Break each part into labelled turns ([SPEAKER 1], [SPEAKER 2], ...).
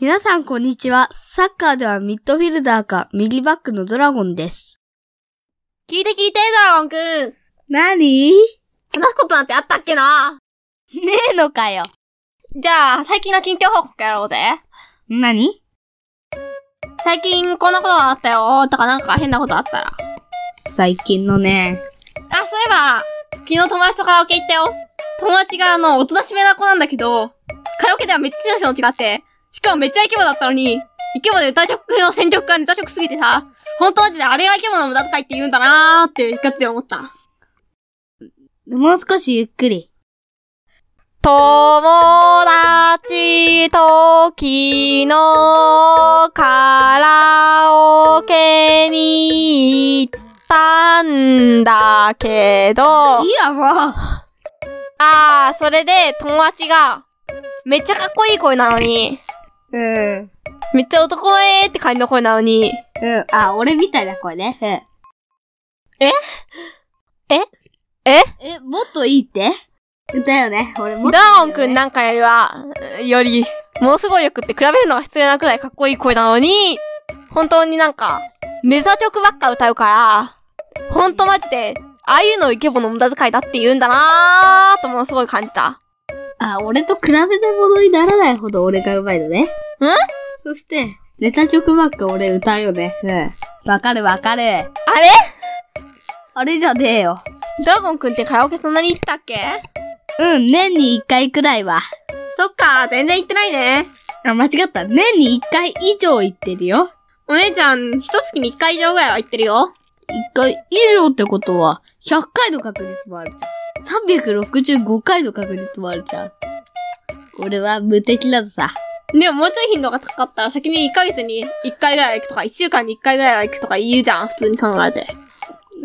[SPEAKER 1] 皆さんこんにちは。サッカーではミッドフィルダーか右バックのドラゴンです。
[SPEAKER 2] 聞いて聞いて、ドラゴンくん
[SPEAKER 1] なに
[SPEAKER 2] 話すことなんてあったっけな
[SPEAKER 1] ねえのかよ。
[SPEAKER 2] じゃあ、最近の近況報告やろうぜ。
[SPEAKER 1] なに
[SPEAKER 2] 最近こんなことがあったよとかなんか変なことあったら。
[SPEAKER 1] 最近のね。
[SPEAKER 2] あ、そういえば、昨日友達とカラオケ行ったよ。友達があの、おとなしめな子なんだけど、カラオケではめっちゃ強い人の違って、しかもめっちゃイケボだったのに、イケボで歌曲の選曲がネタ曲すぎてさ、本当マジであれがイケボの無駄遣いって言うんだなーって一括で思った。
[SPEAKER 1] もう少しゆっくり。
[SPEAKER 2] 友達と昨日カラオケに行ったんだけど
[SPEAKER 1] いいや、もう。
[SPEAKER 2] ああ、それで友達が、めっちゃかっこいい声なのに、
[SPEAKER 1] うん。うん。
[SPEAKER 2] めっちゃ男えーって感じの声なのに、
[SPEAKER 1] あ、俺みたいな声ね。う
[SPEAKER 2] え
[SPEAKER 1] ん。え、もっといいってだよね。俺も
[SPEAKER 2] ド
[SPEAKER 1] っといいよね、
[SPEAKER 2] ラゴンくんなんかよりは、より、ものすごいよくって比べるのは失礼なくらいかっこいい声なのに、本当になんか、ネザ曲ばっか歌うから、ほんとマジで、ああいうのをイケボの無駄遣いだって言うんだなーとものすごい感じた。
[SPEAKER 1] あ、俺と比べたものにならないほど俺が上手いのね。んそして、ネタ曲ばっか俺歌うよね。うん。わかるわかる。
[SPEAKER 2] あれ
[SPEAKER 1] あれじゃねえよ。
[SPEAKER 2] ドラゴンくんってカラオケそんなに行ってたっけ
[SPEAKER 1] うん、年に一回くらいは。
[SPEAKER 2] そっか、全然行ってないね。
[SPEAKER 1] あ、間違った。年に一回以上行ってるよ。
[SPEAKER 2] お姉ちゃん、一月に一回以上ぐらいは行ってるよ。
[SPEAKER 1] 一回以上ってことは、100回の確率もあるじゃん。365回の確率もあるじゃん。俺は無敵なのさ。
[SPEAKER 2] でももうちょい頻度が高かったら先に1ヶ月に1回ぐらいは行くとか、1週間に1回ぐらいは行くとか言うじゃん、普通に考えて。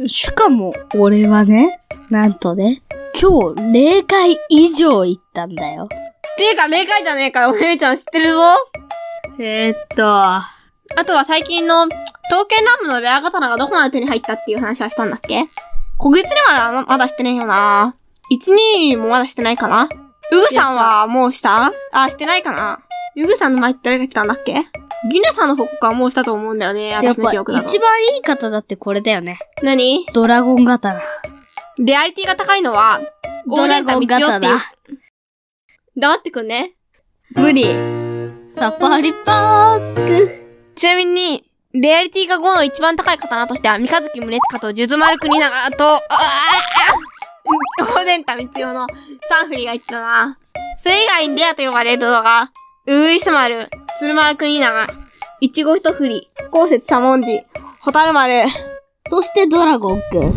[SPEAKER 1] しかも、俺はね、なんとね、今日0回以上行ったんだよ。
[SPEAKER 2] ていうか、0回じゃねえかよ、お姉ちゃん知ってるぞ。
[SPEAKER 1] えーっと、
[SPEAKER 2] あとは最近の、刀剣乱舞のレア刀がどこまで手に入ったっていう話はしたんだっけ小口ではまだしてねえよな。12もまだしてないかな。うぐさんはもうしたあ、してないかな。うぐさんの前って誰が来たんだっけギネさんの報告はもうしたと思うんだよね、
[SPEAKER 1] やっ
[SPEAKER 2] 私の
[SPEAKER 1] ぱ
[SPEAKER 2] 記憶だと
[SPEAKER 1] 一。番いい方だってこれだよね。
[SPEAKER 2] 何
[SPEAKER 1] ドラゴン刀。
[SPEAKER 2] レアリティが高いのは、
[SPEAKER 1] ドラゴン
[SPEAKER 2] だ
[SPEAKER 1] 刀だ。
[SPEAKER 2] 黙ってくんね。
[SPEAKER 1] 無理。サパリパーク。
[SPEAKER 2] ちなみに、レアリティが5の一番高い刀としては、三日月宗近と数珠丸国長と、ああおでんたみつよのサンフリが言ったな。それ以外にレアと呼ばれるのが、ウグイス丸、鶴丸国長、いちご一振り、豪雪左文字、蛍丸。
[SPEAKER 1] そしてドラゴンくん。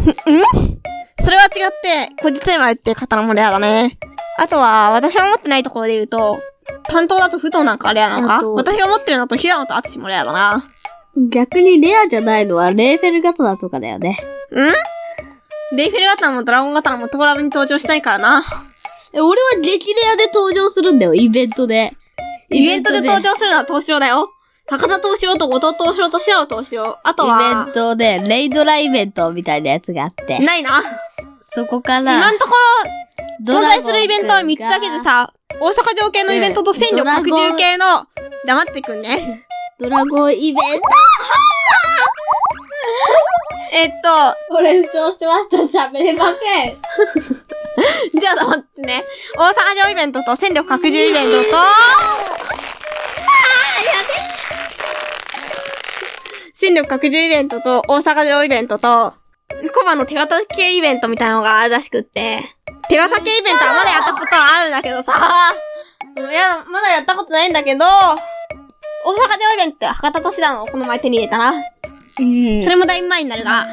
[SPEAKER 2] それは違って、こじつい丸っていう刀もレアだね。あとは、私が持ってないところで言うと、担当だと不動なんかレアなの
[SPEAKER 1] あ
[SPEAKER 2] か
[SPEAKER 1] と
[SPEAKER 2] 私が持ってるのと平野と敦もレアだな。
[SPEAKER 1] 逆にレアじゃないのはレーフェル刀とかだよね。
[SPEAKER 2] レイフェル刀もドラゴン刀もトーラブに登場しないからな。
[SPEAKER 1] え、俺は激レアで登場するんだよ、イベントで。
[SPEAKER 2] イベントで登
[SPEAKER 1] イ
[SPEAKER 2] 場するのは東四郎だよ。博多東四郎と後藤東四郎と白郎東四郎。あと
[SPEAKER 1] ベン
[SPEAKER 2] は、
[SPEAKER 1] トで、レイドライベントみたいなやつがあって。
[SPEAKER 2] ないな。
[SPEAKER 1] そこから
[SPEAKER 2] 今、のところ、存在するイベントは3つだけでさ、大阪城系のイベントと戦力拡充系の、黙ってくんね。
[SPEAKER 1] ドラゴンイベン
[SPEAKER 2] えっと、
[SPEAKER 1] ト俺負傷しました、喋れません。
[SPEAKER 2] じゃあ黙ってね。大阪城イベントと戦力拡充イベントと、戦力拡充イベントと大阪城イベントと、コバの手形系イベントみたいなのがあるらしくって、手形系イベントはまだやったことはあるんだけどさ、いや、まだやったことないんだけど、大阪城イベントって博多都市だのをこの前手に入れたな。
[SPEAKER 1] うん。
[SPEAKER 2] それもだいぶ前になる が、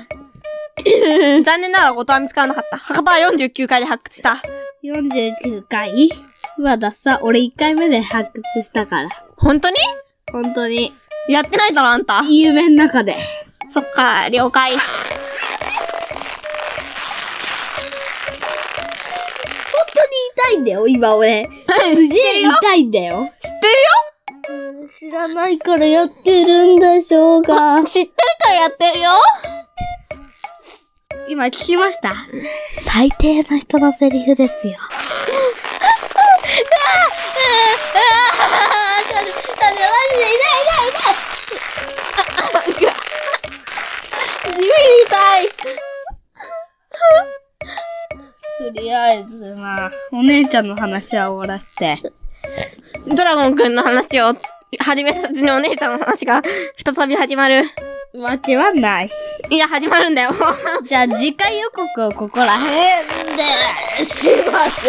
[SPEAKER 2] 残念ながら後藤は見つからなかった。博多は49回で発掘した。
[SPEAKER 1] 49回うわ、だっさ、俺1回目で発掘したから。
[SPEAKER 2] 本当に
[SPEAKER 1] 本当に。
[SPEAKER 2] やってないだろ、あんた。
[SPEAKER 1] 夢の中で。
[SPEAKER 2] そっか、了解。
[SPEAKER 1] 本当に痛いんだよ、今俺。
[SPEAKER 2] 知
[SPEAKER 1] すげえ痛いんだよ。
[SPEAKER 2] 知って
[SPEAKER 1] 知らないからやってるんでしょう
[SPEAKER 2] る
[SPEAKER 1] が
[SPEAKER 2] よ。知ってるからやってるよ
[SPEAKER 1] 今聞きました最低な人のセリフですよ。
[SPEAKER 2] すげえ痛い
[SPEAKER 1] とりあえず、まあ、お姉ちゃんの話は終わらせて。
[SPEAKER 2] ドラゴンくんの話を始めさずにお姉ちゃんの話が再び始まる。
[SPEAKER 1] わけはない。
[SPEAKER 2] いや、始まるんだよ。
[SPEAKER 1] じゃあ次回予告をここら辺でします。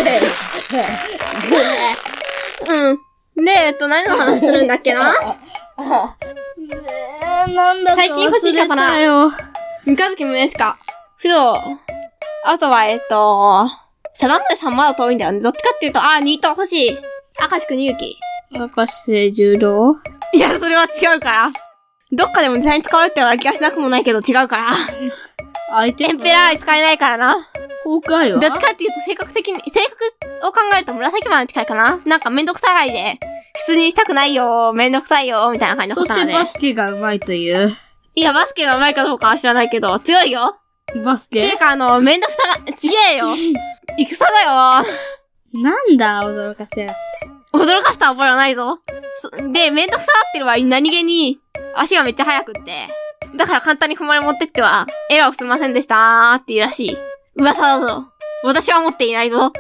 [SPEAKER 2] うん。で、えっと、何の話するんだっけな
[SPEAKER 1] えー、なんだか
[SPEAKER 2] 最近欲しいかもな
[SPEAKER 1] 忘れたよ。
[SPEAKER 2] 三日月宗近。不動。あとは、えっと、サダムでさんまだ遠いんだよね。どっちかっていうと、あー、ニート欲しい。明石くんゆうき。
[SPEAKER 1] 中瀬十郎
[SPEAKER 2] いや、それは違うから。どっかでも実際に使われてるような気がしなくもないけど違うから。
[SPEAKER 1] 相手
[SPEAKER 2] エンペラー愛使えないからな。
[SPEAKER 1] 崩壊
[SPEAKER 2] ど
[SPEAKER 1] は
[SPEAKER 2] っちかっていうと性格的に、性格を考えると紫丸に近いかななんかめんどくさがいで、普通にしたくないよー、めんどくさいよー、みたいな感じの
[SPEAKER 1] そ
[SPEAKER 2] こと
[SPEAKER 1] し
[SPEAKER 2] なの
[SPEAKER 1] て
[SPEAKER 2] で。
[SPEAKER 1] バスケがうまいという。
[SPEAKER 2] いや、バスケが上手いかどうかは知らないけど、強いよ。
[SPEAKER 1] バス
[SPEAKER 2] って
[SPEAKER 1] ケ
[SPEAKER 2] いうか、あの、めんどくさが、ちげえ よ。戦だよ
[SPEAKER 1] なんだ、驚かせやがって。
[SPEAKER 2] 驚かした覚えはないぞ。そで、めんどくさがってる場合、何気に、足がめっちゃ速くって。だから簡単に誉れ持ってっては、エラーをすみませんでしたーって言うらしい。噂だぞ。私は持っていないぞ。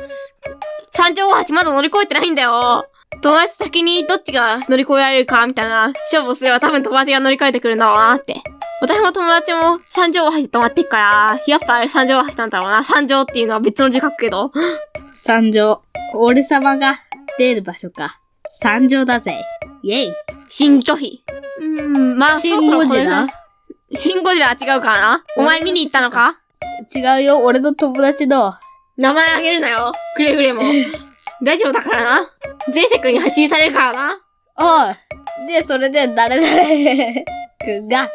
[SPEAKER 2] 三条大橋まだ乗り越えてないんだよ。友達先にどっちが乗り越えられるか、みたいな勝負をすれば多分友達が乗り越えてくるんだろうなって。私も友達も三条大橋で止まってっから、やっぱあれ三条大橋なんだろうな。三条っていうのは別の字書くけど。
[SPEAKER 1] 三条。俺様が出る場所か。三条だぜ。イェイ。
[SPEAKER 2] 新拒否。うーん、まあ、
[SPEAKER 1] シン
[SPEAKER 2] そろそろ
[SPEAKER 1] ゴジラ
[SPEAKER 2] これでシンゴジラは違うからな。お前見に行ったのか
[SPEAKER 1] 違うよ、俺の友達の。
[SPEAKER 2] 名前あげるなよ。くれぐれも。大丈夫だからな。ジェイセ君に発信されるからな。
[SPEAKER 1] おい。で、それで誰々くんが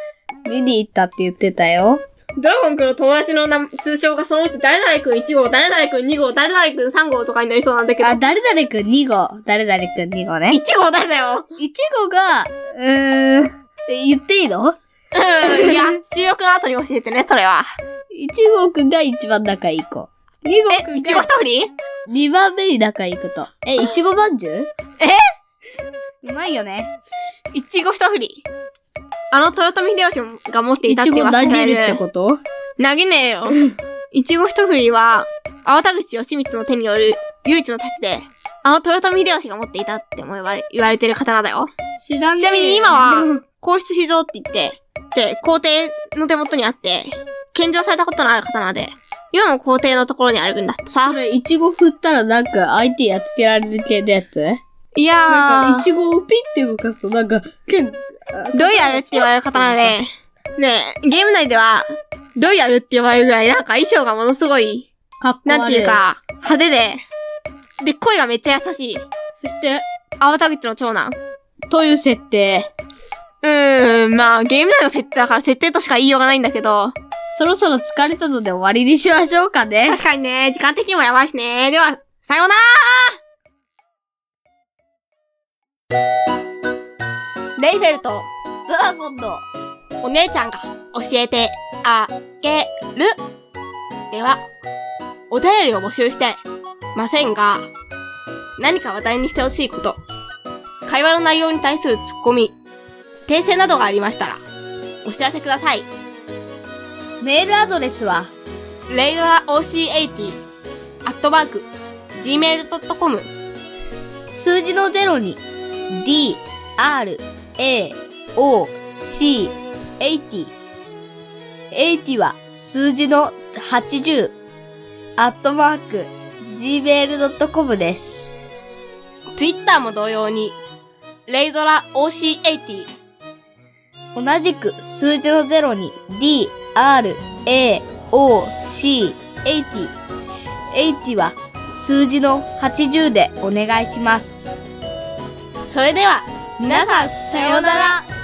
[SPEAKER 1] 見に行ったって言ってたよ。
[SPEAKER 2] ドラゴン君の友達の名通称がそのうち誰々君1号、誰々君2号、誰々君3号とかになりそうなんだけど。
[SPEAKER 1] あ、
[SPEAKER 2] 1
[SPEAKER 1] 誰々くん2号。誰々くん2号ね。
[SPEAKER 2] 号誰だよ。
[SPEAKER 1] いちごが、うーん、言っていい
[SPEAKER 2] う
[SPEAKER 1] の
[SPEAKER 2] ん、いや、収録の後に教えてね、それは。
[SPEAKER 1] いちごくんが一番仲いい子。二号く
[SPEAKER 2] え、
[SPEAKER 1] ん
[SPEAKER 2] いちご
[SPEAKER 1] が
[SPEAKER 2] 一振り
[SPEAKER 1] 二番目に仲いいこと。え、いちごまんじゅうえうまいよね。
[SPEAKER 2] いちご一振り。あの豊臣秀吉が持ってい
[SPEAKER 1] い
[SPEAKER 2] たって
[SPEAKER 1] ちご
[SPEAKER 2] 忘れら
[SPEAKER 1] 投げ
[SPEAKER 2] れ
[SPEAKER 1] るってこと
[SPEAKER 2] 投げねえ よ。いちご一振りは、青田口義光の手による唯一の太刀で、あの豊臣秀吉が持っていたっても言われ、言われてる刀だよ。
[SPEAKER 1] 知らねえ
[SPEAKER 2] ちなみに今 は、皇室秘蔵って言って、で、皇帝の手元にあって、献上されたことのある刀で、今も皇帝のところにあるんだってさ
[SPEAKER 1] そ。れ、いちご振ったらなんか相手やっつけられる系のやつ
[SPEAKER 2] いやー、
[SPEAKER 1] なんか、いちごをピッて動かすとなんか、剣、あ
[SPEAKER 2] ロイヤルって言われる刀で。、ねえ、ゲーム内では、ロイヤルって呼ばれるぐらい、なんか衣装がものすごい
[SPEAKER 1] かっこ悪い。
[SPEAKER 2] なんていう。か、派手で、で、声がめっちゃ優しい。
[SPEAKER 1] そして、
[SPEAKER 2] 青田口の長男。
[SPEAKER 1] という設定。
[SPEAKER 2] うーん、まあ、ゲーム内の設定だから設定としか言いようがないんだけど。
[SPEAKER 1] そろそろ疲れたので終わりにしましょうかね。
[SPEAKER 2] 確かにね、時間的にもやばいしね。では、さようならレイフェルト、
[SPEAKER 1] ドラゴンの
[SPEAKER 2] お姉ちゃんが教えてあげる。では、お便りを募集してませんが、何か話題にしてほしいこと、会話の内容に対するツッコミ、訂正などがありましたら、お知らせください。
[SPEAKER 1] メールアドレスは、
[SPEAKER 2] レイドラ OC80、アットマーク、gmail.com、
[SPEAKER 1] 数字の0に d, r, a, o, c, 80。80は数字の80。アットマーク、gmail.com です。
[SPEAKER 2] Twitter も同様に、レイドラ OC80、
[SPEAKER 1] 同じく数字の0に d, r, a, o, c, 80。80は数字の80でお願いします。
[SPEAKER 2] それでは、
[SPEAKER 1] 皆さん、さようなら。